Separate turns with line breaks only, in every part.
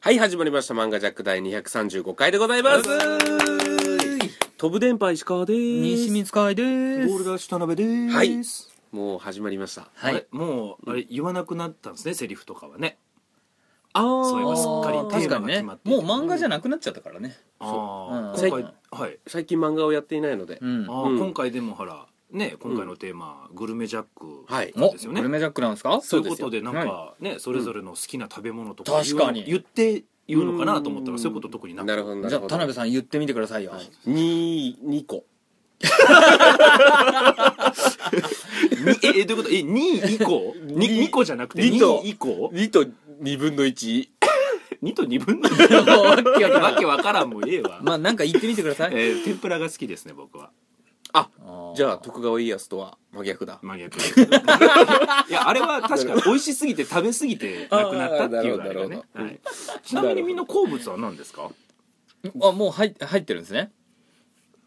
はい、始まりました。漫画ジャック第235回でございます。飛ぶ電波石川で
西
ーす。
光海です
ゴールド田辺です。
はいもう始まりました。
は
あ
い
れもうあれ言わなくなったんですねセリフとかはね。
あー
そういえばすっかり
確
テー
か
マ
に
が
ね
決
も
ま
う
っ
漫
てる
画じゃなくなっちゃったからね
ああ
うん
今回はい。
最近漫画をやっていないので、
うん
ああ
うん
今回でもほらね今回のテーマグルメジャック
はい
お
ですよ
グ
ね
ル。メジャックなんですか
と
そ
いうう
で
こ
すよ
とでなんかねそれぞれの好きな食べ物とか
確かに
言う言って言うのかなと思ったらそういうこと特にな
な
く
るほど、な
じ
る
ゃあ
ほど。
田辺さん言ってみてくださいよ
ん。2、2個。
にええどういうことえ二以降
に
に二個じゃなくて
に
二
と
以降
2と2分の1。
二と二分の
わけわかんない
わけわからんもうええわ。
まあなんか言ってみてください
えー天ぷらが好きですね僕は。
あ、
ー
じゃあ徳川家康とは真逆だ。
真逆 いやあれは確かに美味しすぎて食べすぎてなくなったっていうのがあるよね、
あーなるほどなるほど
はいちなみにみんな好物は何ですか
あもう入入ってるんですね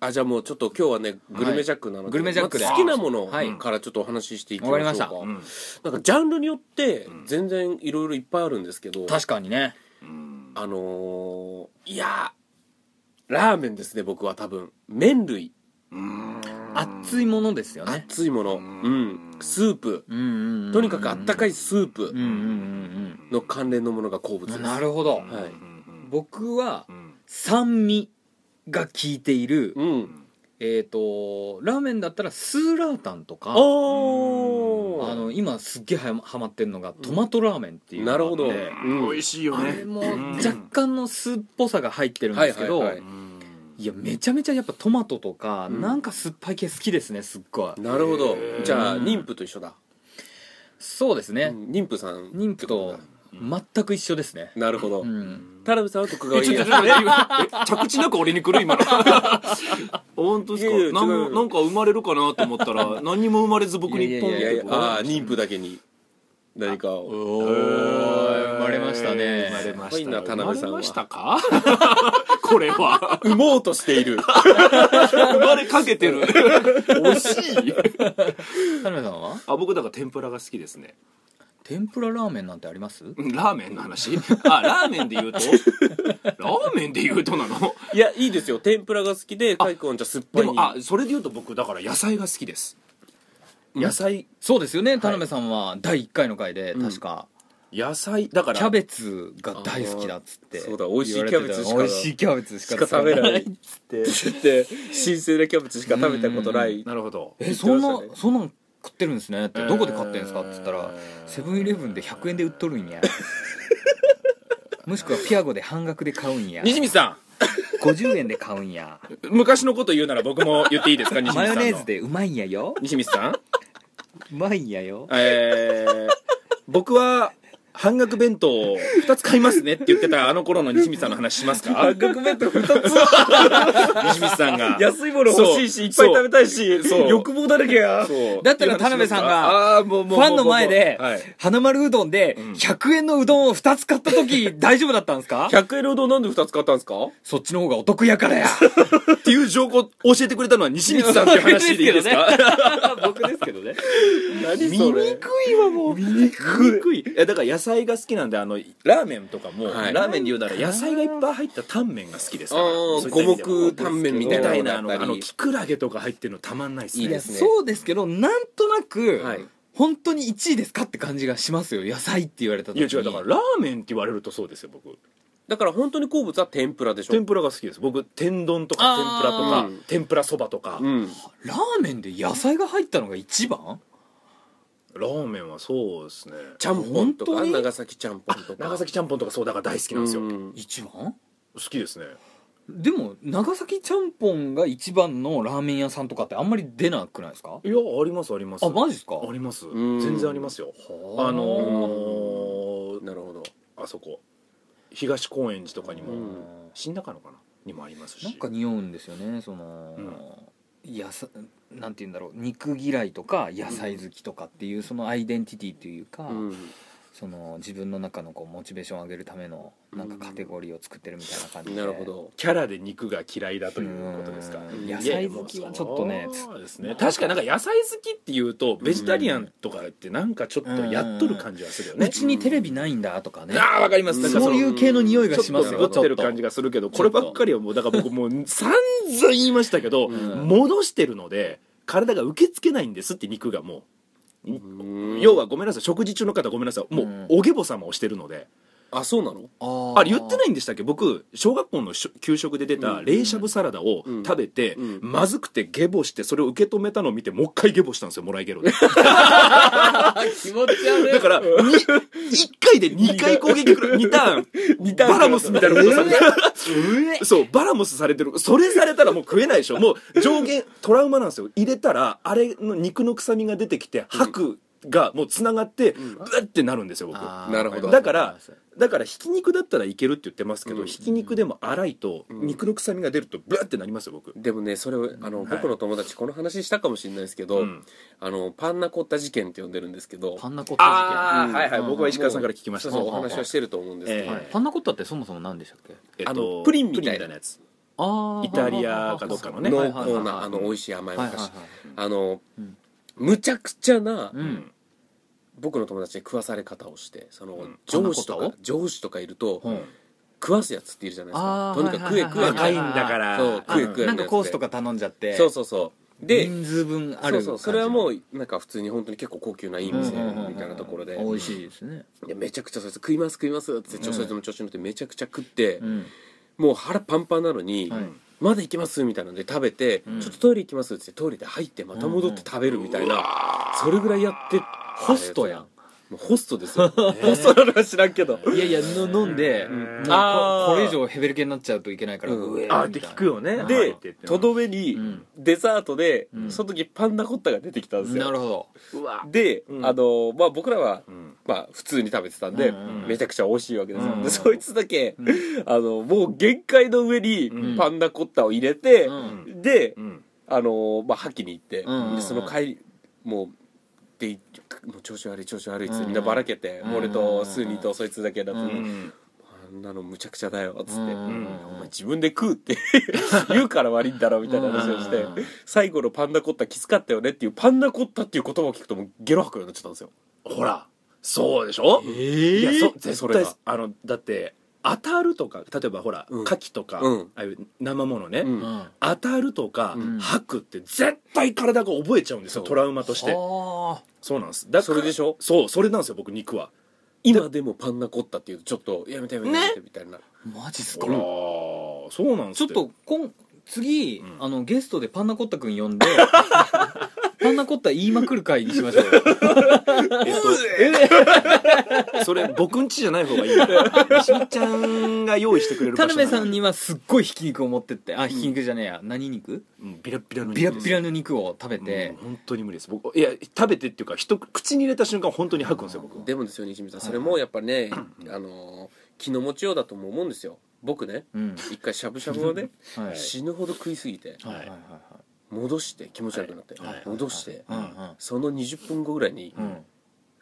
あ、じゃあもうちょっと今日はね、グルメジャックなので、
はいグルメジャックで
まず好きなも
はい
のからちょっとお話ししていきましょう
わかりました
か。
うん、
なんかジャンルによって全然いろいろいっぱいあるんですけど、
確かにね
うん
あのー、いやーラーメンですね僕は多分麺類
熱いものですよね
熱いもの、うん
ん
スープ
うんうんうん
とにかくあったかいスープ
うんうんうん
の関連のものが好物
う
で
ん
す
なるほ
は
ど
い
うん
僕は
うん
酸味が効いている
うん
えっとラーメンだったらスーラータンとか
おー
あの今すっげえはまハマってんのがトマトラーメンっていうのがあって
なるほどうん
美味しいよ
あ
ね
れも
うん
若干の酢っぽさが入ってるんですけど、
はいは
い
いはい
うん
やめちゃめちゃやっぱトマトとか、
うん
なんか酸っぱい系好きですねすっごい
なるほど
へー
じゃあ妊婦と一緒だ、
そうです
う
ね、
ん妊婦さん
妊婦と全く一緒ですね、
なるほど、
うん、
田辺さんは徳川
えちょ
家
っと
康
ちょっとえ着地なく俺に来る 今の本当です
いやいや違う
かなんなんか生まれるかなと思ったら何にも生まれず僕に一本
い
いやいや
ってこう
ああ妊婦だけに何かを
おー生まれましたね
生まれました
すごいな田辺さんは
生まれましたか これは
産もうとしている
生まれかけてる 惜しい
田辺さんは
あ僕だから天ぷらが好きですね
天ぷらラーメンなんてあります
うんラーメンの話あラーメンで言うとラーメンで言うとなの
いやいいですよ天ぷらが好きでカイ君はじゃあ酸っぱ
で
い
も
に
あそれで言うと僕だから野菜が好きです野菜
そうですよね田辺さんは第1回の回で
うん
確か、
野菜だから
キャベツが大好きだっつって
あーそうだ美味しいキャベツしか
言われてた美味しいキャベツし
し
か
か食べないいっつって言 って新鮮なキャベツしか食べたことない
なるほど
えそん
言ってま
な
したね
そんなん食ってるんですねって、どこで買ってんですかって言ったら
えー
セブンイレブンで100円で売っとるん やもしくはピアゴで半額で買うんや
西光さ
50円で買うんや
ん昔のこと言うなら僕も言っていいです か西
マ
光さ
ヨ
んの
ネーズでうまいんやよ
西光さん
うまいんやよ
えー、僕は半額弁当2つ買いますねって言ってたあの頃の西光さんの話しますか 半額弁当2つ西光さんが
安いもの
そう
たいし
そう
望だらけや
そう
だったら田辺さんが
あーもう
フ
もうもう
ァンの前で
はい
花丸うどんで100円のうどんを2つ買った時大丈夫だったんですか
100円のうどんなんで2つ買ったんですか
そっちの方がお得やからや
っていう情報教えてくれたのは西光さんっていう話でいい ですか
僕ですけどね
何
見にくいわもう見に
くい
いやだから野菜が好きなんであのラーメンとかも、
はい
ラーメンで言うなら野菜がいっぱい入ったタンメンが好きですから
ああ
そういった
五
意味では
目タンメンみ
み
たいな
た
の
い
があ
なあ
った
の
り
あのキクラゲとか入ってるのたまんないっすね
いい
い
で
や
すね
そうですけどなんとなく、
はい
本当に1位ですかって感じがしますよ野菜って言われた時
い
に
や違うだからラーメンって言われるとそうですよ僕
だから本当に好物は天ぷらでしょ
天ぷらが好きです僕天丼とか天ぷらと
あ
か
ー
天ぷらそばとか、
うん
ラーメンで野菜が入ったのが一番
ラーメンはそうですね
ちゃんぽんと
本
か
当に
長崎ちゃんぽんとか
長崎ちゃんぽんとかそうだから大好きなんですよ、
う
好
ん
一番
きですね
でも長崎ちゃんぽんが一番のラーメン屋さんとかってあんまり出なくないですか
いやありますあります
あマジですか
あります
ん
全然ありますよ
はあ
あのー
なるほど
あそこ東高円寺とかにも、
うん
新中野かなにもありますし
なんか匂うんですよねその、
うん
やさなんて言うんだろう肉嫌いとか野菜好きとかっていうそのアイデンティティというか、
うん
その自分の中のこうモチベーションを上げるためのなんかカテゴリーを作ってるみたいな感じで
なるほどキャラで肉が嫌いだということですか
うん野菜好きはちょっとね
いやそうですね確かになんか野菜好きっていうとベジタリアンとかってなんかちょっとやっとる感じはするよ
う
ね
ちにテレビないんだとかね
ああわかりますなんか
そういう系の匂いがします
ち
よ
ょっとぶってる感じ
が
がするけどこればっかりはもうだから僕もう散々言いましたけど
ん
戻してるので体が受け付けないんですって肉がもう
う
要
は
はごめんなさい食事中の方ごめんなさいも
うん
うおげぼ様をしてるので
あそうなの
あ
あれ言ってないいんでしたっけ僕小学校のしょ給食で出た冷しゃぶサラダを
うん
食べて、
うん
まずくてゲボしてそれを受け止めたのを見てもう一回ゲボしたんですよもらいゲロで
気持ち悪い
だから1回で2回攻撃くる2ターン
二ターン
バラモスみたいなことされてそうバラモスされてるそれされたらもう食えないでしょもう上 限トラウマなんですよ入れたらあれの肉の臭みが出てきて吐くがもうつながって
ん
ブッてなるんですよ僕
なるほど
だからだからひき肉だったらいけるって言ってますけど、
うん
ひき肉でも粗いと
うん
肉の臭みが出るとブワってなりますよ僕、
でもねそれをあの、
い
僕の友達この話したかもしれないですけど、
うん
あのパンナコッタ事件って呼んでるんですけど
パンナコッタ
ああ、
うん
はいはい僕は石川さんから聞きまし
そ
た
うそうお
はあはあ
話はしてると思うんですけ
事
ど、
件、
え
パンナコッタってそもそも何でしたっけ
えっ
あ
と
のプリンみたいな
やつ
あ
イタリアかどっかのね
濃
はい
厚なあの美味
し
しい甘
い
い
は
お
いはい
菓
は
子
い
あの
うん
むちゃくちゃな
うん
僕の友達に食わされ方をしてその
うん
上司と
パンナ
か
コッタ
上司とかいると
うん
食わすやつっているじゃないですか
あー
とにかく食え食え
は
赤
はいは
ん
は
だから
そう食え食え
なんかコースとか頼んじゃって
そうそうそうで
人数分あ
そ
る
うそうそれはも
う
うなんか普通に本当に結構高級ないい店みたいなところで
美味しいですね
でめちゃくちゃそいつ食います食いますって
う
女
ん
性とも調子に乗ってめちゃくちゃ食って
うん
もう腹パンパンなのに
はい
まだ行きますみたいなので食べて
うん
ちょっとトイレ行きますってトイレで入ってまた戻って食べるみたいなそれぐらいやって
ホストやん
もうホストです よホストなのは知らんけど
いやいやの飲んで
うん
もうこ
あー
これ以上ヘベレケになっちゃうといけないから
うん
うえ
あー
ー
っ
み
て
たいな
聞くよね
は
で
い
って言って
とどめに
うん
デザートで
うん
その時パンナコッタが出てきたんです
なる
よ
ほど
うわ
であ
うん
のまあ僕らは
うん
まあ普通に食べてたんで
うん
うん
めちゃくちゃ美味しいわけですよ
うん
でそいつだけ
うん
あのもう限界の上に
うん
パンナコッタを入れて
うん
で
うん
あのまあ覇気に行って
うんうんうん
でその帰りもうでもう調子悪い調子悪いっつっ
うん
て
うん
みんなばらけて
うんうん
俺とスーニーとそいつだけだと
う
うんん
あんなのむちゃくちゃだよっつって
うん
お
うん
前自分で食うって 言うから悪いんだろみたいな話をして
うん
最後のパンナコッタきつかったよねっていうパンナコッタっていう言葉を聞くともうゲロ吐くようになっちゃったんですよ
ほらそうでしょ
え
いやそ
そ
絶
れ
対
が
あのだって当たるとか例えばほら
うん
牡蠣とか
うん
ああいう生ものね
うん
うん
当たるとか
うん
吐くって絶対体が覚えちゃうんですよ
そう
トラウマとして
は
そうなんですだ
それでしょ
そうそれなんですよ僕肉は
今でもパンナコッタっていうとちょっとやめてやめてやめてみたいな
あマジっす
あ
から
そうなんで
ち
す
ょっ
っ
てとこん次、
うん
あのゲストでパンナコッタくん呼ん でパンナコッタ言いまくる会にしましょう
えっとそれ僕んちじゃない方がいい なしみちゃんが用意してくれる
田
場所
辺
な
さんにはすっごいひき肉を持ってってあひき肉じゃねえや、何肉
うんビラッビラの
ビラッビ
ラ
ラの肉を食べて、
本当に無理です僕いや食べてっていうか一口に入れた瞬間本当に吐くんですよ僕
でもですよ西見さんそれもやっぱね、あのー気の持ちようだとも思うんですよ僕ね
うん
一回しゃぶしゃぶをね
はい
死ぬほど食いすぎて
はいはいはい
戻して気持ち悪くなって、
はいはい
戻して、
はい
その20分後ぐらいに、
うんうん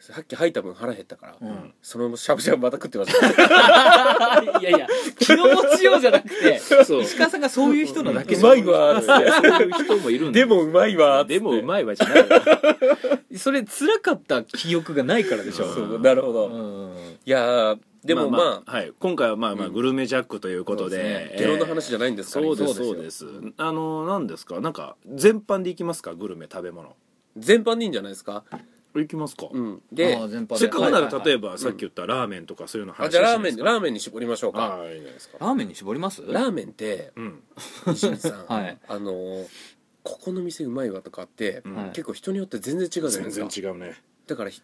さっき吐いた分腹減ったから、
うん
ん
そのしゃぶしゃぶまた食ってました
いやいや気の持ちようじゃなくて
そう
石川さんがそういう人なだけ
うまいわー
そういう 人もいるんだ
でもうまいわーっつって
でもうまいわじゃないわ
それ辛かった記憶がないからでしょ
そうなるほど、
う
い
ん
やーでもまあ、
はい、今回はまあまあ
うん
グルメジャックということで,、
そうですね
ゲロの話じゃないんですから
そうです
今
そうですあの何ですかなんか全般でいきますかグルメ食べ物
全般でいいんじゃないですか、
いきますか、
うん、で
あー全般で
せっかくな
は
ら
いはい
例えばさっき言ったラーメンとかそういうの
あ
話
じゃあラーメ
し
ン
て
ラーメンに絞りましょうか
ああいいじゃないですか
ラーメンに絞ります
ラーメンって
うん
西見さん、
はい
あのーここの店うまいわとかって、
うん
はい
結構人によって全然違うじゃない
全
ですか
然違うね
だからひ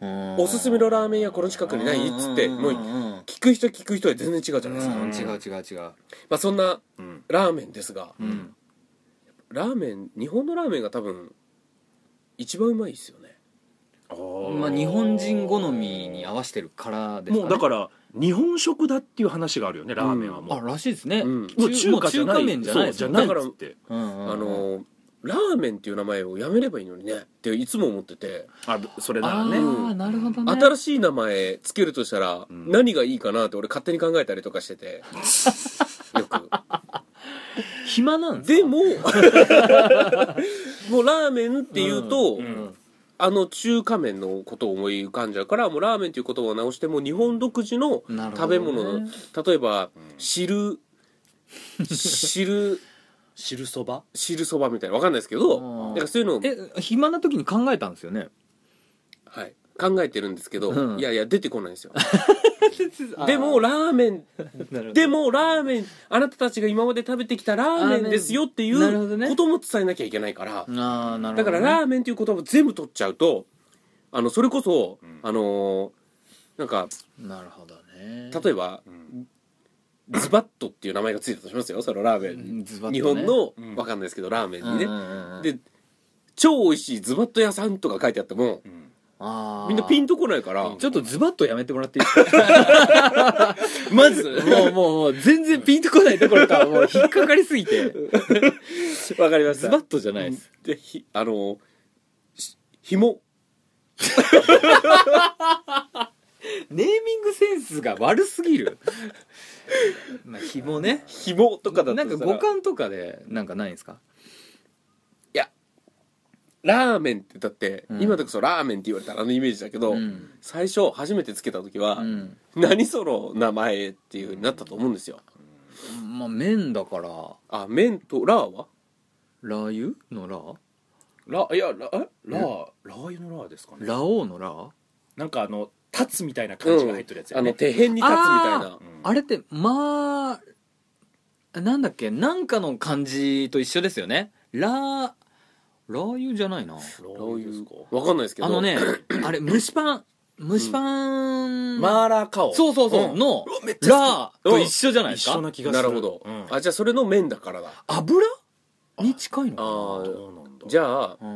うん
おすすめのラーメン屋この近くにないっつって
んん
もうん
ん
聞く人聞く人で全然違うじゃないですか、
う
ま
ん違う違う違う
あ、そんな
うん
ラーメンですが、
うん
ラーメン日本のラーメンが多分一番うまいですよね
あ
まあ日本人好みに合わせてるからですか
も
ね
うだから日本食だっていう話があるよねラーメンはもう、
あらしいですね
うん
もう中華じゃな
もう中華
い
麺じゃないです
そう
ね
じゃない
だから
っつって
うんうんうん
あのーラーメンっていう名前をやめればいいのにねっていつも思ってて、
あそれなら
あ
ね
あなるほどね
新しい名前つけるとしたら
ん
何がいいかなって俺勝手に考えたりとかして てよく
暇なんです
でももうラーメンっていうと、
ん
あの中華麺のことを思い浮かんじゃうからもうラーメンっていう言葉を直してもう日本独自の
なるほ
食
ど
べ
ね
物の、例えば汁汁
汁そば
汁そばみたいなわかんないですけど
うん
なんかそういうのを
え暇な時に考えたんですよね
はい、考えてるんですけど、
うん
いやいや出てこないんですよで もラーメンで
で
もラーメンあなたたちが今まで食べてきたラーメンですよってい
なるほど
う
ね
ことも伝えなきゃいけないから、
ああなる
だか
ほど
ら
ね
ラーメンっていう言葉全部取っちゃうとあのそれこそ、
うん
あのーなんか
なるほどね
例えば、
うん
ズバットっていう名前がついたとしますよそのラーメン、
ズバッとね
日本の、
うん
わかんないですけどラーメン
うん
にね、
うんうん
で超美味しいズバット屋さんとか書いてあっても
あー
みんなピンとこないから、
ちょっとズバッとやめてもらっていいですか
まず
もうもうもう全然ピンとこないところからもう引っかかりすぎて
わかりまし
ズ
た
バッとじゃないです
でひあのし紐
ネーミングセンスが悪すぎる まあ紐ね
紐とかだ
なん
と
か
したら
五感とかでなんかないんですか
ラーメンってだって、
うん
今でこそラーメンって言われたらあのイメージだけど、
うん
最初初めてつけた時は、
うん
何その名前っていう風になったと思うんですよ、
まあ麺だから
あ麺とラーは
ラー油のラー
ラいやラえラーラー油のラーですかね
ラオウのラー
なんかあの立つみたいな感じが入ってるやつ
あ
や
の
ね
手辺に立つみたいな
うん
あれってまあなんだっけなんかの漢字と一緒ですよねラーラー油じゃないな
ラ
ラ
ー
ー油
油で
ですす
か
かわかんないですけど
あの ねあれ蒸しパン蒸しパン、
マーラーカオ
そうそうそう、
うん
の
めっちゃ
ラーと一緒じゃないです
一
か、
緒な気がす
な
る
るほど、
うん
あじゃあそれの麺だからだ
油に近いのかな
あ
どうなんだ
じゃあ
う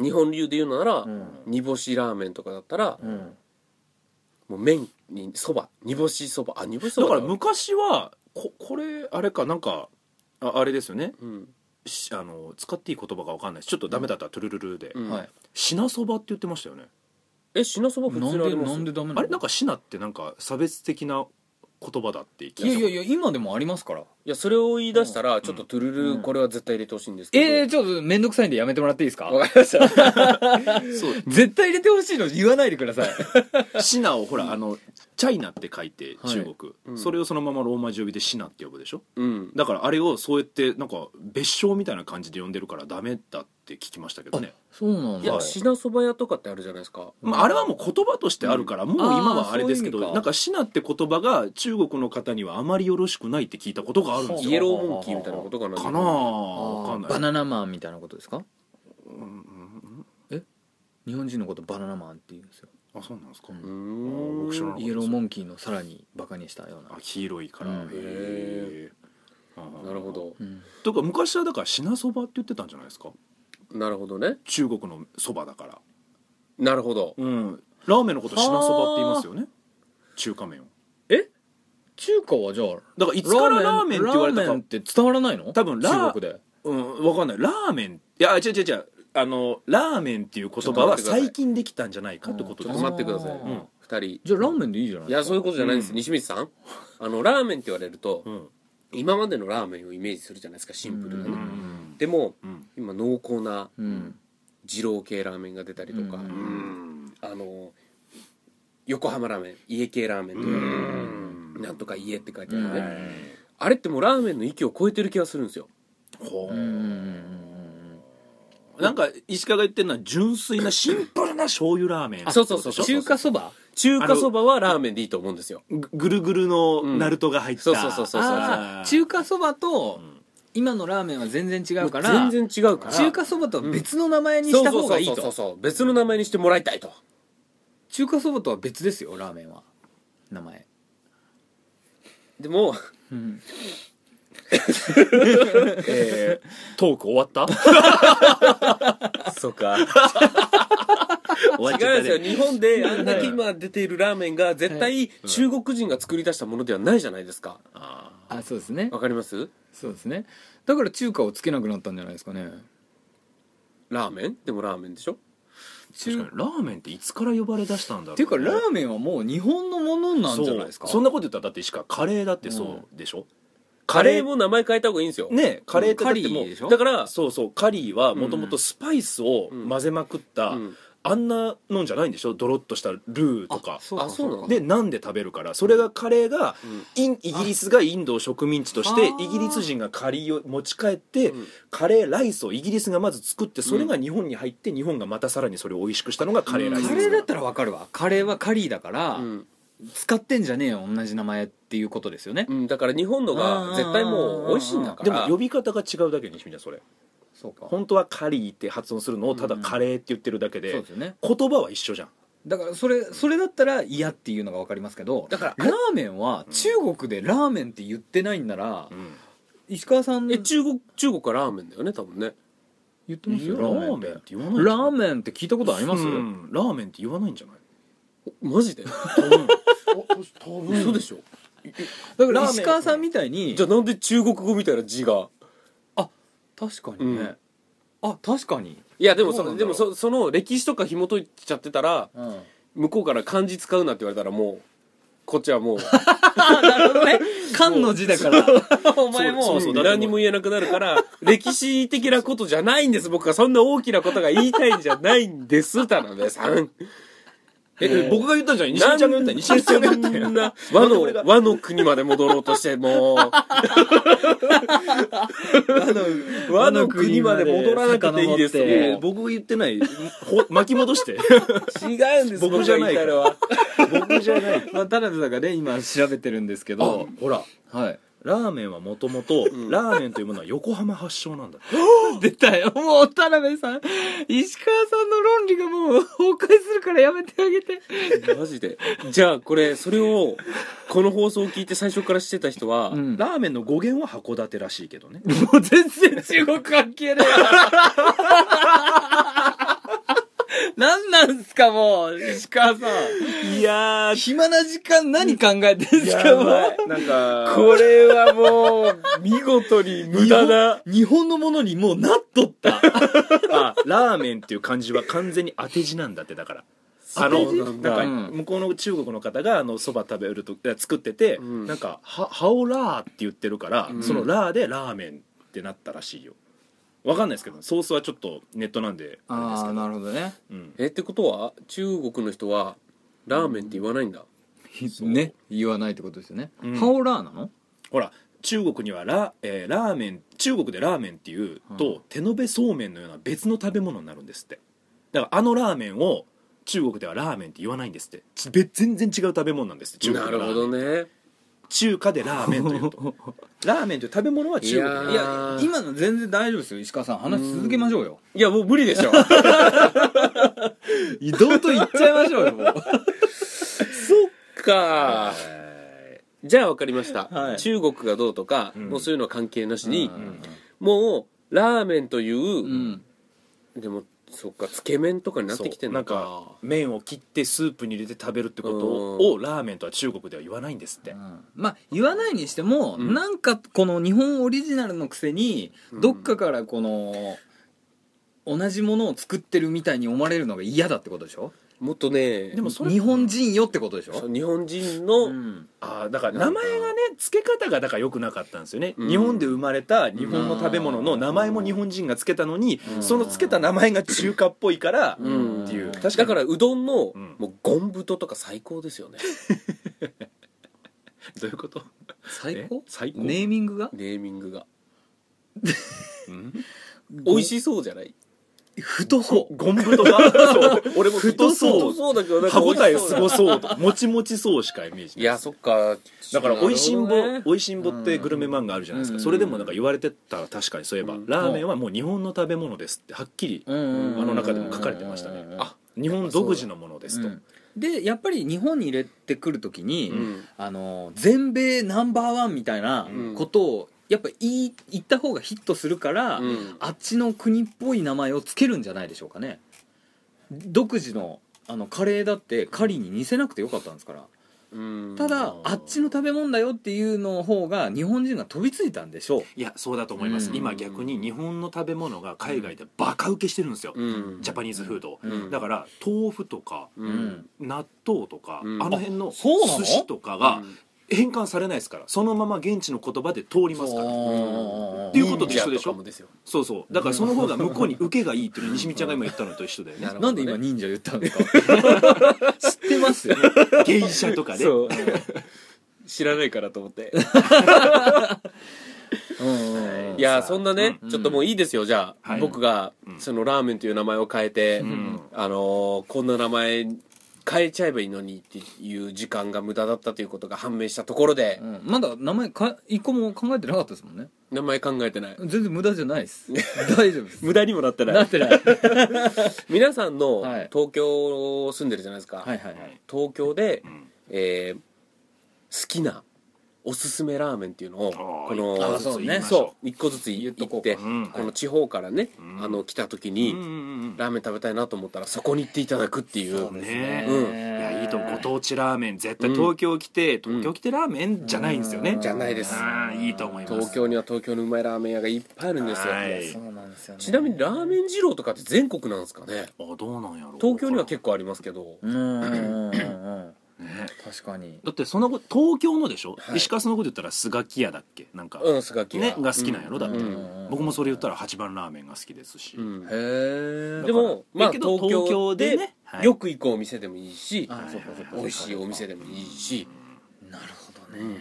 ん
日本流で言うなら、
うん
煮干しラーメンとかだったら、
うん
もう麺にそば煮干しそばあ煮干しそ
だ
ば
から昔はここれあれかなんかああれですよね
うん
しあの使っていい言葉がわかんないですちょっとダメだったらトゥルルルで、
うん
はい
品そばって言ってましたよね
え品そば普
な
通
ん
にあり
で
ます
なんでダメなの
あれなんか品ってなんか差別的な言葉だって聞
いやいやい
や
や今でもありますから
いやそれを言い出したらちょっとトゥルル、
うん
これは絶対入れてほしいんですけど
えー、ちょっと面倒くさいんでやめてもらっていいですか
わかりました
そう
絶対入れてほしいの言わないでください
品をほら、あのチャイナって書いて中国、
うん
それをそのままローマ字呼びで品って呼ぶでしょ
うん
だからあれをそうやってなんか別称みたいな感じで呼んでるからダメだって聞きましたけどね
そうなん
い
だ
や品そば屋とかってあるじゃないですか
まあ、あれはもう言葉としてあるから、もう今はあれですけど
あーそういう意味か
なんか「シナ」って言葉が中国の方にはあまりよろしくないって聞いたことがあるんです
イ
よ
エローモンキーみたいなことかな
かなあわかんない
バナナマンみたいなことですか
うんうん
日本人のことバナナマンって言うんですよ
うんあそうなんですか、
うー
あ僕知らなんかった
イエローモンキーのさらにバカにしたような
あ黄色いから、
うん
へえ
なるほど
うん
とか昔はだから「品そば」って言ってたんじゃないですか
なるほどね
中国のそばだから
なるほど
うんラーメンのこと「品そば」って言いますよね中華麺を
中華はじゃあ
だからいつからラーメンって言われた
ラー
か
メンって伝わらないの
多分ラー
中国で
うんわかんないラーメンいや違う違う違うあのラーメンっていう言葉は最近できたんじゃないかってこと
ちょっ
です
と待ってください
うん
二人い
じゃあラーメンでいいじゃない
やそういうことじゃないんです、
うん
西光さんあのラーメンって言われると、
うん
今までのラーメンをイメージするじゃないですかシンプルなね、
うん
ん
でも
うん
今濃厚な
うん
二郎系ラーメンが出たりとか、
うん
うんあの横浜ラーメン家系ラーメンとかね、
うん
なんとか家って書いてあるね、
うん
あれってもうラーメンの域を超えてる気がするんですよ
ほ
うんうんうんうん
うなんか石川が言ってるのは純粋なシンプルな醤油ラーメン
あそうそうそうそう
中華そば
中華そばはラーメンでいいと思うんですよ
ぐぐるぐるのナルトが入った
そうそうそうそうそう
あー
中華そばと
ん
今のラーメンは全然違うから
全然違うから
中華そばとは別の名前に
そ
し
う
た
そう
方
そ
が
う
いい
そうそう
と
そう別の名前にしてもらいたいと
中華そばとは別ですよラーメンは名前
で も
うん
えートー ク終わった
そうか
終わっち
違
ゃ
うん
っ
です
た
よ
ね
日本であんだけ今出ているラーメンが絶対中国人が作り出したものではないじゃないですか
あ
あそうですね
わかります
そうですねだから中華をつけなくなったんじゃないですかね
ラーメンでもラーメンでしょ
確かにラーメンっていつから呼ばれ出したんだろうね、
っていうかラーメンはもう日本のものなんじゃないですか
そうそんなこと言ったらだって石川カレーだってそうでしょ、
カレーも名前変えた方がいいんですよ、
ねカレーってだって
カ
も
リーでしょ
うだからそうそうカリーはもともとスパイスを
うん
混ぜまくった、
うん
あんなのんじゃないんでしょドロッとしたルーとか
そうか
あそうなの
で
でなんで食べるからそれがカレーが、インイギリスがインドを植民地とし
あ
て
ー
イギリス人がカリーを持ち帰って、
うん
カレーライスをイギリスがまず作ってそれが日本に入って日本がまたさらにそれを美味しくしたのがカレーライス
カ
です
レーだったらわかるわカレーはカリーだから、
うん
使ってんじゃねえよ同じ名前っていうことですよね、
うん、だから日本のが絶対もう美味しいんだか
で
ら
も呼び方が違うだけにみんなそれ
そうか
本当はカリーって発音するのをただカレーって言ってるだけで、
そうですよね
言葉は一緒じゃん
だからそれそれだったら嫌っていうのがわかりますけど
だから
ラーメンは中国でラーメンって言ってないんなら、
ん
石川さん
え
言
中国中国はラーメンだよね多分ね
ってますよラ
ラ
ー
ー
メ
メ
ン
ン
っ
ってて言わ
ラ
ない
ーメ
じゃん
ンって聞いたことあります、
うんラーメンって言わないんじゃない
マジで
多分
嘘でしょ
だから
ラーメン
石川さんみたいに
じゃあなんで中国語みたいな字が
確かにね、あ確かに、
いやでも
そ
そう
なんだ
でもそその歴史とか紐解いちゃってたら
うん、
向こうから漢字使うなって言われたらもうこっちはもう
あなるほどね 漢の字だからお前も
そうそう何にも言えなくなるから 歴史的なことじゃないんです僕はそんな大きなことが言いたいんじゃないんです田辺さん
え僕が言ったんじゃない西井ちゃんが言ったんや西井ちゃんが言ったんや
そん な和の和の国まで戻ろうとしてもう和の国まで戻らなくていいです
遡って
も
えー僕が言ってないほ巻き戻して
う違うんです
僕じゃな
僕が言い
い
たのは
僕 じゃない
まあ、田辺さんがね今調べてるんですけど
ほら
はい
ラーメンはもともとラーメンというものは横浜発祥なんだって
出たよもう田辺さん石川さんの論理がもう崩壊するからやめてあげて
マジでじゃあこれそれをこの放送を聞いて最初からしてた人は、
ん
ラーメンの語源は函館らしいけどね
もう全然中国関係ない何なんすかもう石川さん
いやー
暇な時間何考えてんすかもう
なんか
これはもう見事に無駄な
日本のものにもうなっとった
あ ラーメンっていう漢字は完全に当て字なんだってだからあのなんか
うん
向こうの中国の方があのそば食べるとえ作ってて、
うん
なんか「はハオラー」って言ってるから、
うん
その「ラー」でラーメンってなったらしいよわかんないですけどソースはちょっとネットなんであれです
あ
け
あ
ど
なるほどね
うん、
えってことは中国の人はラーメンって言わないんだ、
ね言わないってことですよね、
うん
ハオラーなの
ほら中国にはラ,、えーラーメン中国でラーメンっていう
う
と、手延べそうめんのような別の食べ物になるんですってだからあのラーメンを中国ではラーメンって言わないんですってち別全然違う食べ物なんですって中
な
国の
る
ラーメン
ほどね
中華でラーメンというと ラーメンという食べ物は中国で
いや
いや
ー
今の全然大丈夫ですよ石川さん話続けましょうよ
いやもう無理でしょ
移動と言っちゃいましょうよも う
そっかじゃあ分かりました、
はい
中国がどうとか、
うん
もうそういうのは関係なしに、
うん
もうラーメンという
う、ん
でもそっかつけ麺とかになってきてんのか
そうなんか麺を切ってスープに入れて食べるってこと
うん
ををラーメンとは中国では言わないんですって、
まあ言わないにしても、
うん
なんかこの日本オリジナルのくせにどっかからこの同じものを作ってるみたいに思われるのが嫌だってことでしょ
もっとね
でもそれ
日本人よってことでし
そ
ょ
う日本人の、
うん
ああだから名前がね付け方がだから良くなかったんですよね、
うん
日本で生まれた日本の食べ物の名前も日本人が付けたのに、
うん
その付けた名前が中華っぽいから、
うん
っていう
確
確か
だ
に
からうどんの、
うん
もうゴン太とか最高ですよね
どういうこと
最高
え最高
ネーミングが
ネーミングが
うん
美味しそうじゃない
太そ
ゴンブ とかそう俺も太そう
そうだけどなん
歯
か美味しそう
応えすごそうともちもちそうしかイメージない
いやそっか
だから「おいしんぼ」
なるほどね
おいしんぼ」ってグルメ漫画あるじゃないですか、
うん
それでもなんか言われてたら確かにそういえば、
うん
ラーメンはもう日本の食べ物ですってはっきり、
うんうんうん
あの中でも書かれてましたね、あ日本独自のものですと、
うんでやっぱり日本に入れてくるときに、
うん
あの全米ナンバーワンみたいなことをやっぱ言い言った方がヒットするから、
うん
あっちの国っぽい名前をつけるんじゃないでしょうかね独自のあのカレーだってカリーに似せなくてよかったんですから
うん
ただあっちの食べ物だよっていうの方が日本人が飛びついたんでしょう
いやそうだと思います、
うん
今逆に日本の食べ物が海外でバカ受けしてるんですよ、
うん
ジャパニーズフード、
うん
だから豆腐とか、
うん
納豆とか、
うん
あの辺の
そうなの
寿司とかが変換されないですからそのまま現地の言葉で通りますから
っ
っていうことと一緒でし
忍者と
ょ
かもですよ
そうそうだからその方が向こうに受けがいいっていうの西見ちゃんが今言ったのと一緒で、ね、
なんで今忍者言ったんですか知ってますよ
芸者とかで
そう 知らないからと思っていやーそんなね、ちょっともういいですよじゃあ、
はい
僕が
うん
そのラーメンという名前を変えて、
ん
あのーこんな名前変えちゃえばいいのにっていう時間が無駄だったということが判明したところで
う、んまだ名前か一個も考えてなかったですもんね
名前考えてない
全然無駄じゃないです大丈夫です
無駄にもなってな
ないってないはい
皆さんの
はい
東京住んでるじゃないですか、
はいはい
東京で、
ん
えー好きなおすすめラーメンっていうのを
あ
こ
ー
の
あそうね
そう一個ずつ
言
言
っとこ
っ
うか
て
うん
この地方からね、
ん
あの来た時に、
うんうん
ラーメン食べたいなと思ったらそこに行っていただくっていう
うん
う、
ね
うん
いやいいと思うご当地ラーメン絶対東京来て、東京来てラーメンじゃないんですよね、
じゃないです
あーいいと思います
東京には東京のうまいラーメン屋がいっぱいあるんですよ、
はい
そうなんですよね
ちなみにラーメン二郎とかって全国なんですかね
あどうなんやろ
東京には結構ありますけど
うんうんうんうん
構、ね、
確かに
だってそんなこと東京のでしょ、
はい
石川さんのこと言ったらスガキ屋だっけなんか、
うんスガキ
ね、が好きなんやろだって、
うん
僕もそれ言ったら八番ラーメンが好きですし、
うん
へえ
でもまあ
だけど
東京で
東京でねはい
よく行くお店でもいいし、
あそうかそうか
美味しいお店でもいいし、
なるほどね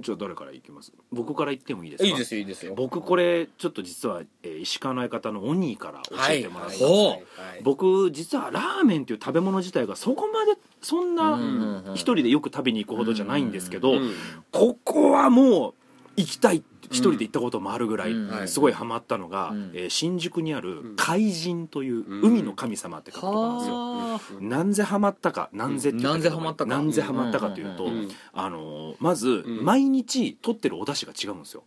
じゃあ誰から行きます僕から行ってもいいですか
いいですよいいですよ
僕これちょっと実は、えー石川の相方のオニーから教えてもらったんですけど、
はい
僕実はラーメンっていう食べ物自体がそこまでそん
うんうんう
なん一人でよく食べに行くほどじゃないんですけど、
うん
ここはもう行きたいって一人で行ったこともあるぐらい
うんはい
すごいハマったのが、
うん
えー新宿にあ
う
る
ん
海神という
うん
海の神様って書くとこなんですよ。
はあ
なんぜハマったかなんぜって言けど
うんなんぜハマったか
なんぜハマったかというと、
うんうん
あのーまず、
ん
毎日取ってるお出汁が違うんですよ、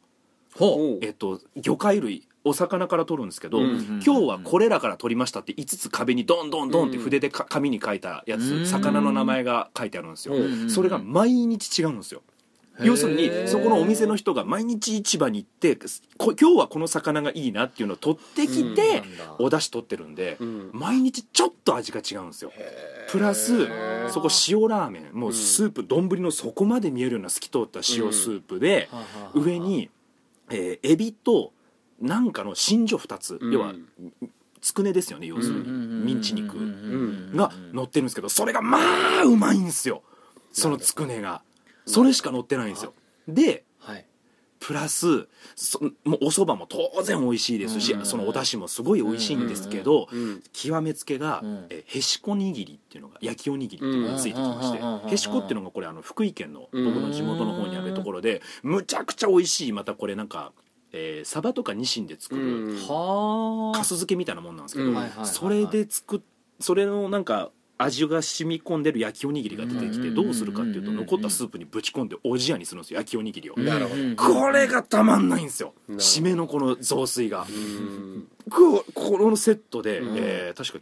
ほう
おう
えっと、魚介類お魚から取るんですけど、
うん
今日はこれらから取りましたって5つ壁にドンドンドンって筆でか紙に書いたや
うん
つ魚の名前が書いてあるんですよ
うん
それが毎日違うんですよ
へー
要するにそこのお店の人が毎日市場に行ってこ今日はこの魚がいいなっていうのを取ってきてお出汁取ってるんで
うん
毎日ちょっと味が違うんですよプラスそこ塩ラーメンもうスープ丼の底まで見えるような透き通った塩スープで上にえーエビとなんかの真珠2つ
うん
要はつくねですよね要するにミンチ肉が乗ってるんですけどそれがまあうまいんですよそのつくねがそれしか乗ってないんですよで
はい
プラスそもうお蕎麦も当然美味しいですし
うん
そのお出汁もすごい美味しいんですけど
うん
極めつけが
うん
えへしこ握りっていうのが焼きおにぎりっていうのがついてきまし
うん
てへしこっていうのがこれあの福井県の僕の地元の方にあるところでむちゃくちゃ美味しいまたこれなんかえーサバとかニシンで作る
はあ
かす漬けみたいなもんなんですけど、
うんはいはい
はいはい
それで作っそれのなんか味が染み込んでる焼きおにぎりが出てきて
うん
どうするかっていうと
うん
残ったスープにぶち込んでおじやにするんですよ焼きおにぎりを、
なるほど
うん
これがたまんないんですよ
なるほど
締めのこの雑炊が
うん
ここのセットで、
うん
えー確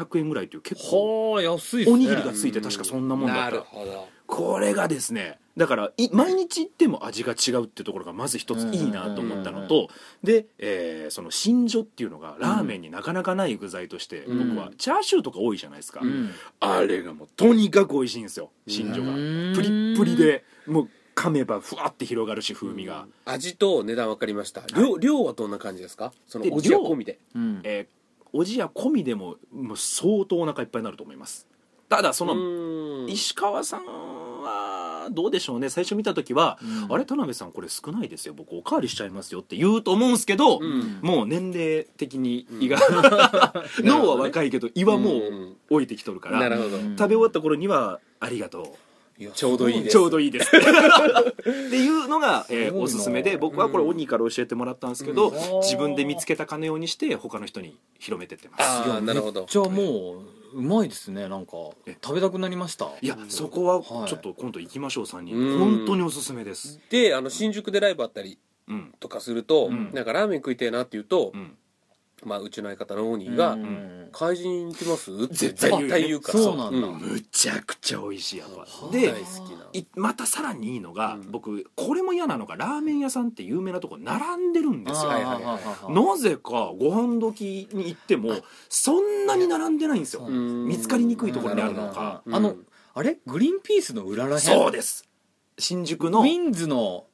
か900円ぐらいという結構
はあ安いっすね
おにぎりがついて確かそんなもんだ
な
った
るほど
これがですねだからい毎日行っても味が違うっていうところがまず一ついいなと思ったのとで、えーその新所っていうのがラーメンになかなかない具材として
うん
僕はチャーシューとか多いじゃないですか、
うん
あれがもうとにかく美味しいんですよ新所がプリップリでもう噛めばふわって広がるし風味が、
味と値段分かりました量量はどんな感じですかその
で
おじや込みで
うん
えーおじや込みでももう相当お腹いっぱいになると思いますただその
うん
石川さんはどうでしょうね最初見た時は、
うん
あれ田辺さんこれ少ないですよ僕おかわりしちゃいますよって言うと思うんですけど、
うん
もう年齢的に胃が、 脳は若いけど胃はもう老いてきとるから、
なるほど
うん
食べ終わった頃にはありがとう
ちょうどいいです
ちょうどいいで すっていうのが、えー
すごいな
おすすめで僕はこれ
うん
オニーから教えてもらったんですけど、
うん
自分で見つけたかのようにして他の人に広めてってます
ああなるほど
じゃあもううまいですねなんか食べたくなりました
いやそこはちょっと今度行きましょう3人、
うん
本当におすすめです、
であの新宿でライブあったり
うん
とかすると、
うん
なんかラーメン食いてえなって言うと、
うん
まあ、うちの相方のオーニーが
う
「
ん
怪人行きます?」って
絶対言うよね
言うから
そうなんだ
むちゃくちゃ美味しいやつは
で
で
大好きない
またさらにいいのが、
うん
僕これも嫌なのがラーメン屋さんって有名なとこ並んでるんですよ
あはいはいはい
なぜかご飯時に行ってもそんなに並んでないんですよ
そう
うん
見つかりにくいところにあるのか
あのあれグリーンピースの裏らへん
そうです新宿
ウ
の
ィンズの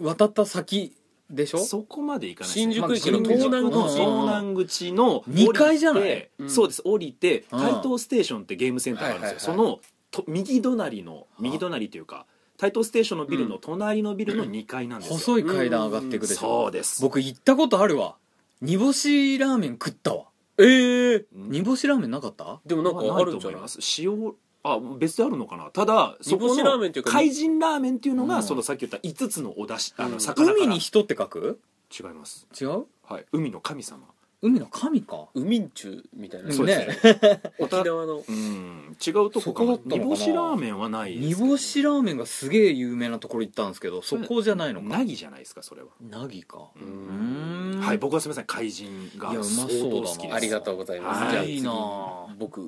渡った先でしょ
そこまで行かない
新宿駅の東南
の
口
東南口の
うん二階じゃない
降りて
うん
そうです降りて
うん
台東ステーションってゲームセンターがあるんですよそ
はい
のと右隣の右隣というか台東ステーションのビルの隣のビルの2階なんですよ
細い階段上がっていくでしょ
そうです
僕行ったことあるわ煮干しラーメン食ったわ
ええ
煮干しラーメンなかった
でもなん
ま
かあるん
と
じゃ
思い
ない
ます塩あ別であるのかなただそ
煮
こ
干しラーメンってい
の
うか
怪人ラーメンっていうのが、
うん
そのさっき言った5つのお出汁あ
う
の
ん
魚から、
海に人って書く
違います
違う
はい海の神様
海の神か
海んちゅうみたいな
そうです
ね沖縄の
うん違うとこかな
そこだったの
煮
かな
干しラーメンはないで
煮
す
干しラーメンがすげえ有名なところ行ったんですけどそこじゃないのか
なぎじゃないですかそれは
なぎかう
う
んーん
はい僕はすみません怪人が
いやうまそ
相
う
当
だな
好きです
ありがとうございます
はい
じゃあ
いい
次
なぁ
僕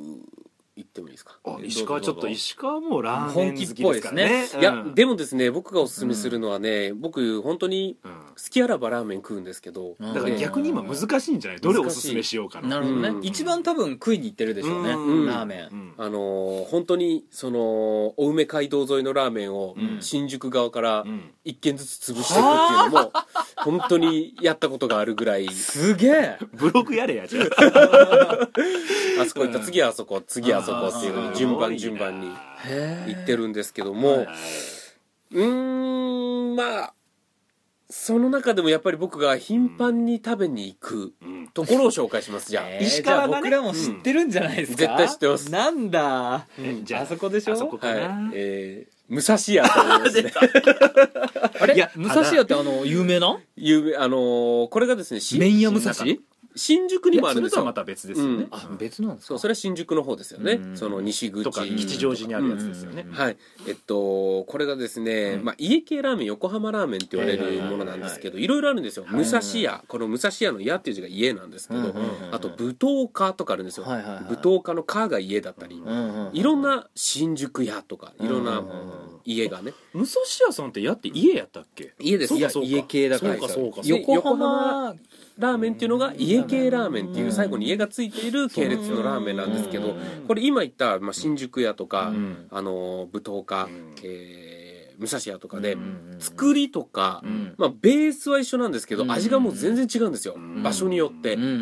行ってもいいですか
あ石川ちょっと石川もラーメン好き
本気っぽ
で
いです
すから
ね
ね
いや
うん
でもですね僕がおすすめするのはね僕本当に
うん
好きあらばラーメン食うんですけど
うん
だから
で
逆に今難しいんじゃないどれおすすめしようかな
なるほど
うん
ね一番多分食いに行ってるでしょうね
うん
ラーメン
うん
あのー本当にその青梅街道沿いのラーメンを
うん
新宿側から
うん
一軒ずつ潰していくっていうのも 本当にやったことがあるぐらい
すげえ
ブログや れやじゃあ
あそこ行った次はあそこ次はあそこっていうのに順番順番に
へえ
行ってるんですけどもうーんまあその中でもやっぱり僕が頻繁に食べに行く
うん
ところを紹介しますじゃあ、
えー
石川がね
じゃあ僕らも知ってるんじゃないですか、
うん絶対知ってます
なんだ
えじゃあ
あそこでしょ
あそこかな、
はいえー武蔵屋と思います ね
あれ
いや
武蔵屋ってあの有名な
有名あのーこれがですね新
麺屋武蔵
新新宿にもあるんですよ
それとはまた別ですよね、
あ別なんです
そうそれは新宿の方ですよね、
うん
その西口
とか吉祥寺にあるやつですよね、
うん
はいえっとこれがですね、
うん
まあ、家系ラーメン横浜ラーメンって言われるものなんですけどいろいろあるんですよ、武蔵屋この武蔵屋の「屋」っていう字が家なんですけど、
うんうんうんうん
あと舞踏家とかあるんですよ、
はいはいはい
舞踏家の「家」が家だったり、いろんな新宿屋とかいろんな
うんうんうん
家がね、
武蔵屋さんってやって家やったっけ
家です
そうかそうか
家系だから
そうかそうか
よ
そうか
横浜
ラーメンっていうのが家系ラーメンっていう最後に家がついている系列のラーメンなんですけどこれ今言った、まあ、新宿屋とか、
ん
あの舞踏家、
うん
えー武蔵屋とかで、
んうん
作りとか、
ん
まあ、ベースは一緒なんですけど、
うん
味がもう全然違うんですよ、
ん
場所によって、
うんうんうんう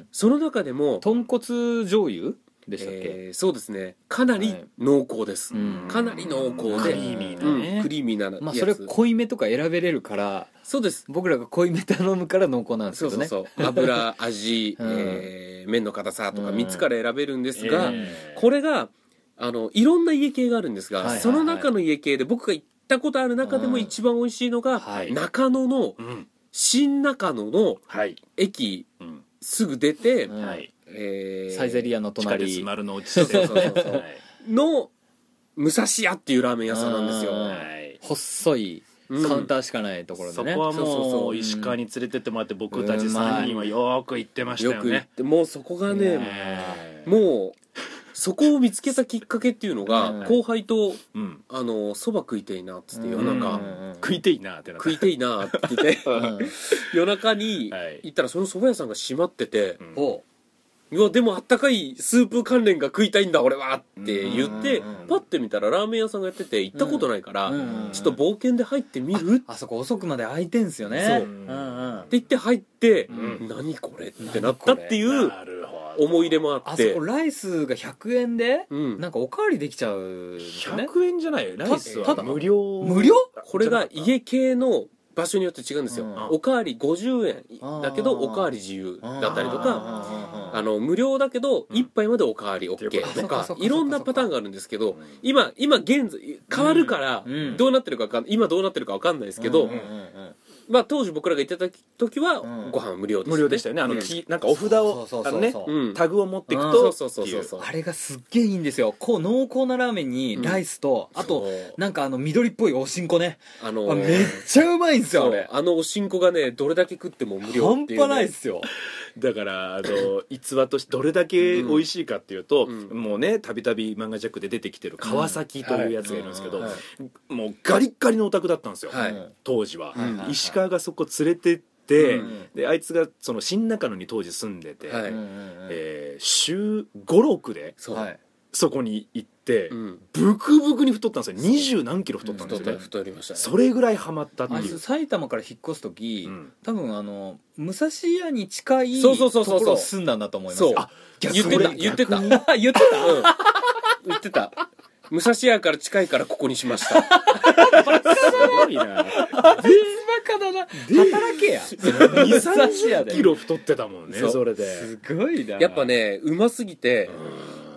ん
その中でも、
豚骨醤油でしたっけ、
えーそうですねかなり濃厚です、
うん
かなり濃厚
ク
で
リーミー
う
なんね、
クリーミーなやつ、
まあそれ濃いめとか選べれるから
そうです
僕らが濃いめ頼むから濃厚なんです
そう
けど
そう
ね
そう油味、
うん
えー麺の硬さとか
うん
3つから選べるんですが、
え
これがあのいろんな家系があるんですが、
はいはいはい
その中の家系で僕が行ったことある中でも一番美味しいのが、
はい
中野の
うん
新中野の
はい、
駅
うん
すぐ出て、
うん
はい
えー
サイゼリアの
地下鉄
隣
丸の内
そ
で
うそうそうそう
はい
の武蔵屋っていうラーメン屋さんなんですよ、
うん
はい
細いカウンターしかないところで
そ
ね、
こは
そうそう
も
そうう
石川に連れてってもらって僕たち
うま
3
い
人はよーく行ってました
よ
よ
く行っ
ね
てもうそこがね、
ね
もうそこを見つけたきっかけっていうのが、
うん
後輩と
うん
「あのそば食いていな」っつって
う
夜
ん
中、
うん
食いていいなってなっ
食
て
いていな」って言 って
うん
夜中に
はい
行ったらその蕎麦屋さんが閉まってて
うん
お
「うわでもあったかいスープ関連が食いたいんだ俺は」って言って
うん
パッて見たらラーメン屋さんがやってて行ったことないから、
うん
ちょっと冒険で入ってみるって
あそこ遅くまで開いてんすよね
そう
うんうん
言って入って、
ん
何これってなったっていう
なるほど
思い出もあっ
あそ
て
こライスが100円で、
うん
なんかおかわりできちゃうんですよね
100円じゃないよライス
た
は
ただ
無料
無料
これが家系の場所によって違うんですよ、
うん
おかわり50
あ
円
ー
だけどおかわり自由だったりとか
か
あの無料だけど1杯までおかわり OK
そ
と
うか
か
そうか
いろんなパターンがあるんですけど
うん
今今現在変わるから
うん
どうなってるかわかん今どうなってるかわかんないですけどまあ当時僕らが行ってた時は
うん
ご飯無料です、ね
無料でしたよねあの、
うん
きなんかお札を
そうそう
あ
そ
の
う
ね
そう
うん、
タグを持っていく
そ
と
うそうそうそうそう
あれがすっげえいいんですよこう濃厚なラーメンにライスと、あと
そう
なんかあの緑っぽいおしんこね、
あの
あめっちゃうまいんですよ
そ
あ
う
れ
あのおしんこがねどれだけ食っても無料っ
半
ていう、ね、
端ないっすよ
だからあの逸話としてどれだけ美味しいかっていうと、
うん
もうねたびたび漫画ジャックで出てきてる川崎というやつがいるんですけど、
うんはい
もうガリッガリのオタクだったんですよ、
はい
うん
当時は、
はいはい
石川がそこ連れてって、
うん
であいつがその新中野に当時住んでて、
はい
うんうんうん
えー週56で
そう、
はい
そこに行って、
うん、
ブクブクに太ったんですよ二十何キロ太ったんで
太
す
っ
よ
た
ね、
太りましたね
それぐらいハマったって
あい
いう
つ、埼玉から引っ越す時、
うん
多分あの武蔵屋に近い
そうそうそうそうそう
ところを住んだんだと思います
そう
よあ逆
言ってた
に
言ってた、うん、
あ言ってた
言ってた武蔵屋から近いからここにしました
すごいな
バカだな働けや武蔵屋
キロ太ってたもんね
そう
それです
ごいな
やっぱねうますぎて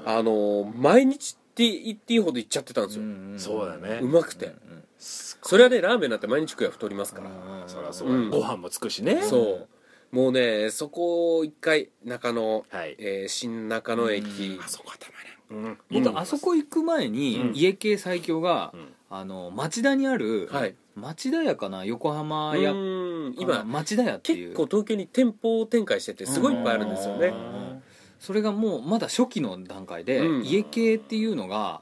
あの毎日って言っていいほど行っちゃってたんですよ、
んん
そうだね
うまくて、
ん
それはねラーメンなんて毎日食えば太りますから、
うん
そりゃそうう
だ
だ、
うん
ご飯もつくしね
そうもうねそこを一回中野、
はい
えー新中野駅
あそこはたまらん、うん
僕あそこ行く前に
うん
家系最強が
うん
あの町田にある
はい
町田屋かな横浜
う
屋
ーん
今
今
町田屋っていう
結構東京に店舗を展開しててすごいいっぱいあるんですよね
うんそれがもうまだ初期の段階で、
うん
家系っていうのが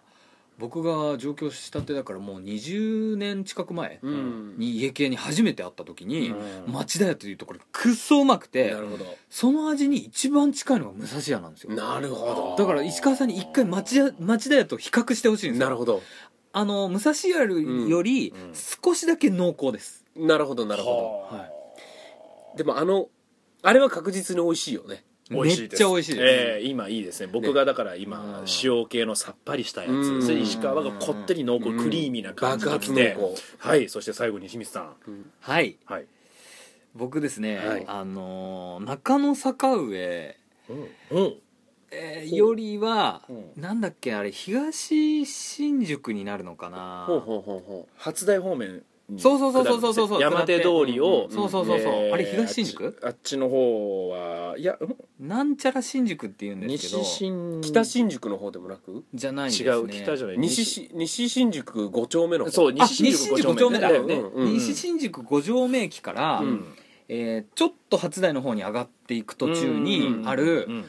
僕が上京したてだからもう20年近く前
うん
に家系に初めて会った時に、
うん
町田屋というところくっそうまくて
なるほど
その味に一番近いのが武蔵屋なんですよ
なるほ
だから石川さんに一回町屋町田屋と比較してほしい
ど
んです
な
よ
るほど
あの武蔵屋より
うん
少しだけ濃厚です、
なるほどなるほ
はい
どでもあのあれは確実に美味しいよね
美味しいです
めっちゃ美味しいです
ええ今いいですね僕がだから今、
うん
塩系のさっぱりしたやつ、
うん
それ石川がこってり濃厚、
うん
クリーミーな感じ
爆
が
発
来
濃
て、
厚
はいそして最後に清水さん
はい
はい、
僕ですね、
はい
あのー中野坂上
うんうん、
えーよりは、
う
なんだっけあれ東新宿になるのかな
ほうほうほうほ
初台方面に
そうそうそうそうそうそう
下るんですよ山手通りを、
うん
そうそうそうそう、
えー
あれ東新宿
あっちあっちの方はいやうん
なんちゃら新宿っていうんですけど
西新
う北新宿の方でもなく
じゃないです
違
ね
う北じゃない
西し西新宿5丁目の方
そう
あ
西
西新
新宿
宿
五
五
丁
丁
目
目
だ
だ
よ
よ
ね
ね
うんうん
西新宿五丁目駅から、
うん
えーちょっと初台の方に上がっていく途中
うん
にある、
うん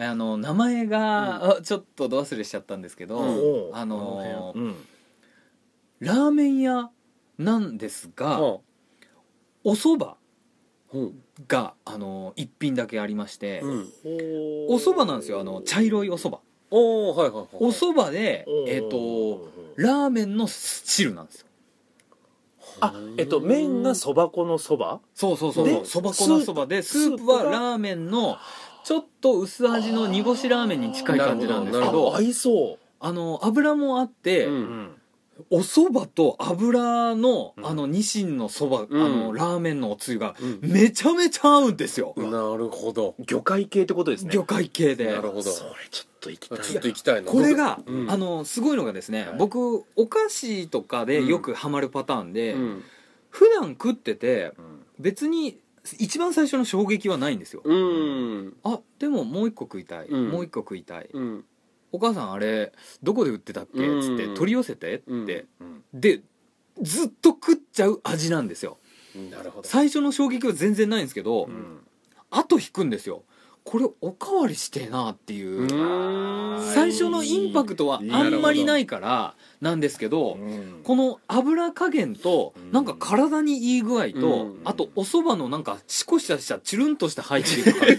あの名前が、あちょっとど忘れしちゃったんですけど、
うん
あのー
うん
ラーメン屋なんですが、
は
お蕎麦
あうん
が、あのー一品だけありまして、
うん
お蕎麦なんですよあの茶色いお蕎麦
おおはいはいはい
お蕎麦でえっ、
お
と
ー
ラーメンの汁なんですよ
あえっと麺がそば粉のそば
そうそうそう
で
そば粉のそばで
ス
ス
ー
ー
プ
プ
が
はラーメンのちょっと薄味の煮干しラーメンに近い感じなんですけ
なるほ
ど
合いそ
あの油もあって、
う
う、
ん
お蕎麦と油の
うん
あのニシンのそば、
うん
あのラーメンのおつゆが
うん
めちゃめちゃ合うんですよ、
なるほど
魚介系ってことですね
魚介系で
なるほど
それちょっと行きたいな
ちょっと行きたいな
これが、
うん
あのすごいのがですね、
はい
僕お菓子とかでよくハマるパターンで、
うん
普段食ってて
うん
別に一番最初の衝撃はないんですよ、
うん
あでももう一個食いたい、
うん
もう一個食いたい、
うん
お母さんあれどこで売ってたっけ
うん
つって取り寄せてって、
うん
でずっと食っちゃう味なんですよ
なるほど
最初の衝撃は全然ないんですけど、
うん
後引くんですよこれおかわりしてえなっていう、最初のインパクトはあんまりないからなんですけど、
うん
この油加減と
うん
なんか体にいい具合と、
うん
あとお蕎麦のなんかシコシコしたチュルンとした入っていく感じ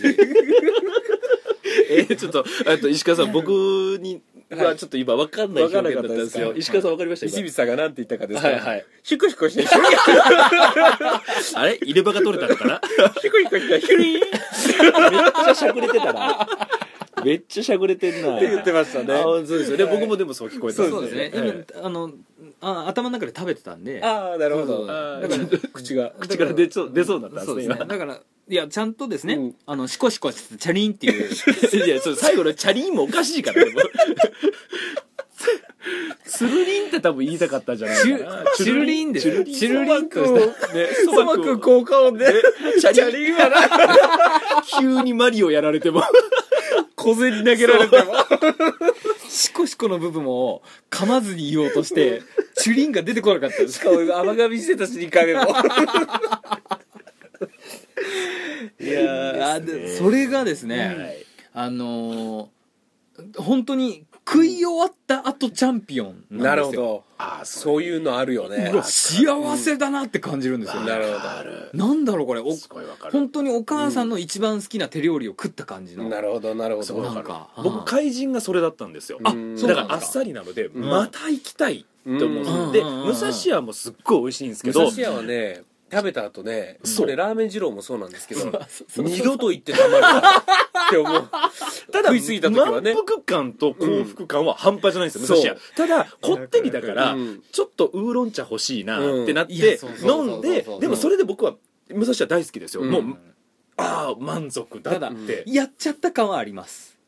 えーちょっとえっと石 川さん僕にはちょっと今わかんない表現だった
わかんなかった
んですよ
ですか
石川さんわかりました
石
今
光さんがなんて言ったかです
はいはい
ヒクヒクしてヒュリ
あれ入れ歯が取れたのかな
ヒクヒクしてヒュリーンっ
めっちゃしゃくれてたなめっちゃしゃくれてんな
て言ってました
あ
ね
そうですよね僕もでもそう聞こえたん
そうですね、
はい
今あのあ頭の中で食べてたんで
ああなるほ
そう
ど
そう
あー
だから
口が
口から出そう出そうになったん
そう
で
ですすね
ね
だからいやちゃんとですね、
うん
あのシコシコしてチャリンっていう
今いやそれ最後のチャリンもおかしいからねもうつるりんってで多分言いたかったんじゃない
チ
か
ュ
な
チュルリンでチ
チ
ュ
ュ
ル
ル
リ
リ
ン
ン
と
と
し
した
そばく効果音 で
チャリンはな
急にマリオやられても
小銭投げられても
シコシコの部分を噛まずに言おうとしてチュリンが出てこなかったです
しかも甘噛みしてたし2回目もいやー
あでそれがですね、あのー本当に食い終わった後チャンピオン
な
なん
る
で
ほ
すよ
どあそういうのあるよね
幸せだなって感じるんですよ、
なる
なんだろうこれお
すごいわかる
本当にお母さんの一番好きな手料理を食った感じ
ほ
の、
どなるほどなるほど
なんか
僕怪人がそれだったんですよ
あ
そ
そうう
だ
な
か
ん
らあっさりなので、
ん
また行きたいって思
う
うんんですよ
う
で
ん
武蔵屋もすっごい美味しいんですけ
武
ど
蔵屋はね食べた後ね
そ
こ
う
れラーメン二郎もそうなんですけど二度と行ってたまるかって思う
ただ
食いついた時はね
満腹感と幸福感は半端じゃないんですよ、
うん
武蔵屋ただこってりだから、
うん
ちょっとウーロン茶欲しいなってなっ
うんいや
て
そうそうそうそう
飲んででもそれで僕は武蔵屋大好きですよ、
うん
もうああ満足だ
ただ
って
やっちゃった感はあります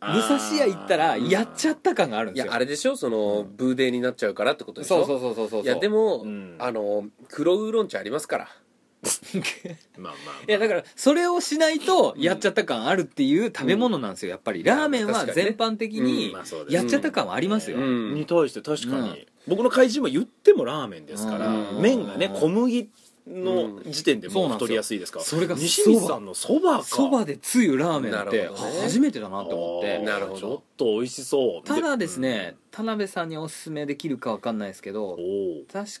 あ
武
ー
蔵屋行ったらやっちゃった感があるん
い
です
や
よ
あれでしょそのブーデーになっちゃうからってことでしょ
そうそうそうそうそうい
いやでも、
うん
あの黒ウーロン茶ありますから
まあまあ、
いやだからそれをしないとやっちゃった感あるっていう食べ物なんですよやっぱりラーメンは
確かにね
全般的
うん
に
まあそうです
やっちゃった感はありますよ、
うん
に対して確かに、
うん
僕の怪人も言ってもラーメンですから、
うん
麺がね小麦の時点でも
そう
う
なんですよ
太りやすいですから、
それが
西光さんのそばか
そばでつゆラーメンっ
な
て
るほどね
初めてだなと思っ
あ
て
ー
なるほど
ちょっと美味しそう
ただですね田辺さんにおすすめできるかわかんないですけど
でおー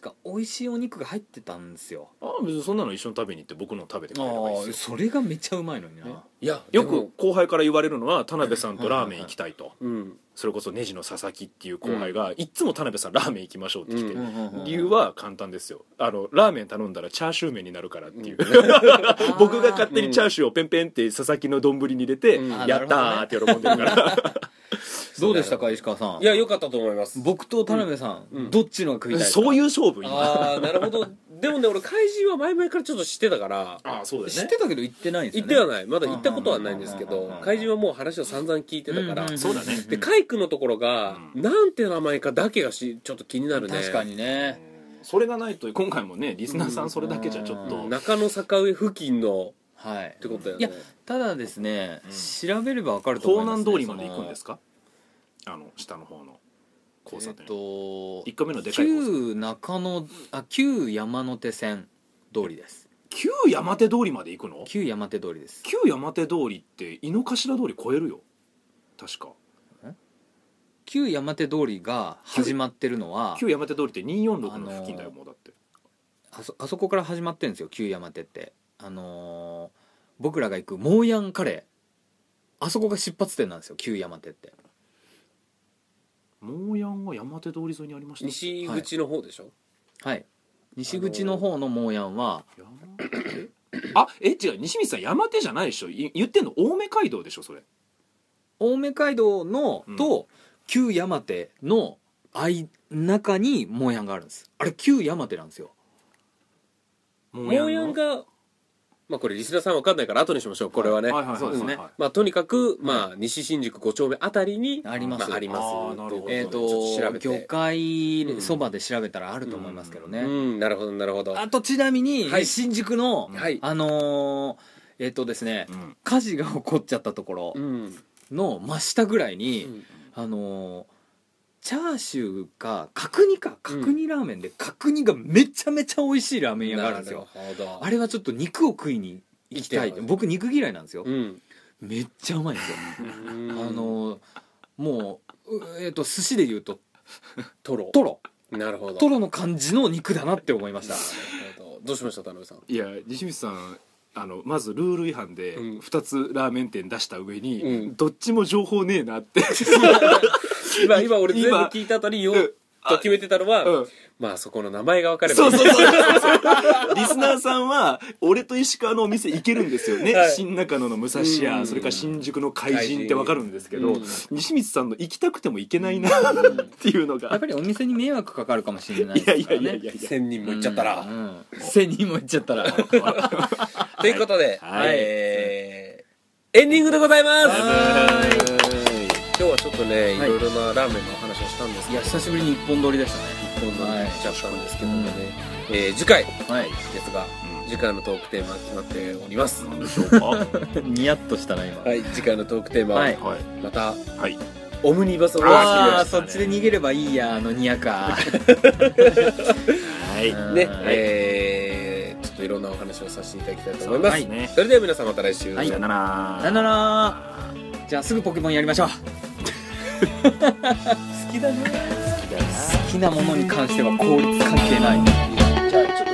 確か美味しいお肉が入ってたんですよ
あー別にそんなの一緒に食べに行って僕の食べてく
あ
れればいい
ー
です
そ
よ
れがめっちゃうまいのにな、
いや
よ
で
く
も
後輩から言われるのは田辺さんとラーメン行きたいと
うん
それこそネジの佐々木っていう後輩が、いっつも田辺さんラーメン行きましょうって来て、
うん
理由は簡単ですよあのラーメン頼んだらチャーシュー麺になるからっていう、 僕が勝手にチャーシューをペンペンって佐々木の丼に入れて、
うん
やったーって喜んでるから、
どうでしたか石川さん
いや良かったと思います
僕と田辺さん、
うん
どっちのが食いたいですか
そういう勝負今
ああなるほどでもね俺怪人は前々からちょっと知ってたから
ああそうだ
知ってたけど行ってないんです
行
よ
っ
ね
てはないまだ行ったことはないんですけ
うんうんうん
ど
うん
怪人はもう話を散々聞いてたから
うん
そうだね
でカイクのところがなんて名前かだけがしちょっと気になるね
確かにね
それがないと今回もねリスナーさんそれだけじゃちょっと、
う
中野坂上付近の
はい
ってことだよ
い
ね
やただですね、調べればわかると思
東
います、ね、
南通りまで行くんです
か
かあの下の方の交差
えっ
点、
と
1個目のでかい交差点
旧中野あ旧山手線通りです
旧山手通りまで行くの
旧山手通りです
旧山手通りって井の頭通り越えるよ確か
旧山手通りが始まってるのは
旧山手通りって246の付近だよ、
あのー
もうだって
あそあそこから始まってるんですよ旧山手ってあのー僕らが行くモーヤンカレーあそこが出発点なんですよ旧山手って
モーヤンは山手通り沿いにありました
西口の方でしょ
はい西口の方のモーヤンは
山手あえ違う西光さん山手じゃないでしょい言ってんの青梅街道でしょそれ
青梅街道の
うん
と旧山手の間中にモーヤンがあるんですあれ旧山手なんですよ
モ
モーヤン
が
がまあこれリスナーさんわかんないから後にしましょうこれはね
はいはいはい
そうですね
はいはい
まあとにかくまあ西新宿5丁目あたりに
あります
あります
あーなるほど
え
ち
っ、
ょっと調べ
と
て
魚介そばで調べたらあると思いますけどね、
うんなるほどなるほど
あとちなみに、
はい
新宿の、
はい
あのーえっ、とですね、
うん
火事が起こっちゃったところ
うん
の真下ぐらいに、
うん
あのーチャーシューか角煮か角煮ラーメンで角煮がめちゃめちゃ美味しいラーメン屋があるんですよ
なるほど
あれはちょっと肉を食いに行きたい
行きたい
僕肉嫌いなんですよ、
うん
めっちゃうまいんですよ、
あ
あのーもううえっ、と寿司で言うと
トロ
トロ
なるほど
トロの感じの肉だなって思いました
なるほどどうしました田辺さん
いや西光さんあのまずルール違反で
うん
2つラーメン店出した上に、
うん
どっちも情報ねえなって
今今俺全部
今
聞いた後に言おうと決めてたのは、
うん
まあそこの名前が分かれば
そ
いうい
そうそうそうリスナーさんは俺と石川のお店行けるんですよね、
はい
新中野の武蔵
う
屋
ん
それから新宿の怪人ってわかるんですけど、
うん
西光さんの行きたくても行けないなっていうの
やっ
が
ぱりお店に迷惑かかるかもしれない
いや
で
い
すか
や
ら
いや
ね
いやいや
1000人もいっちゃったら、
うんうん千人 もいっちゃった ら
ということで、
はい
えーエンディングでございます
は
今日今日はちょっとねい
はい
ろいろなラーメンのお話をしたんです
い
け
や
ど
久しぶりに一本撮りでしたね
一本のちゃったんですけどもね、えー次回
はい
ですが、次回のトークテーマ決まっております、
なんでしょうかは
ニヤッとしたな今
はい次回のトークテーマは、
はい
い
また
はい
オムニバスを
ああ
話して
そっちで逃げればいいやあのニヤか
はい
みまし
は
た
い
ね、えーちょっといろんなお話をさせていただきたいと思います、
はいね
それでは皆さんまた来週、
はい
さよなら
さよならじゃあすぐポケモンやりましょう好きだね好きなものに関しては効率関係ない
じゃあちょっと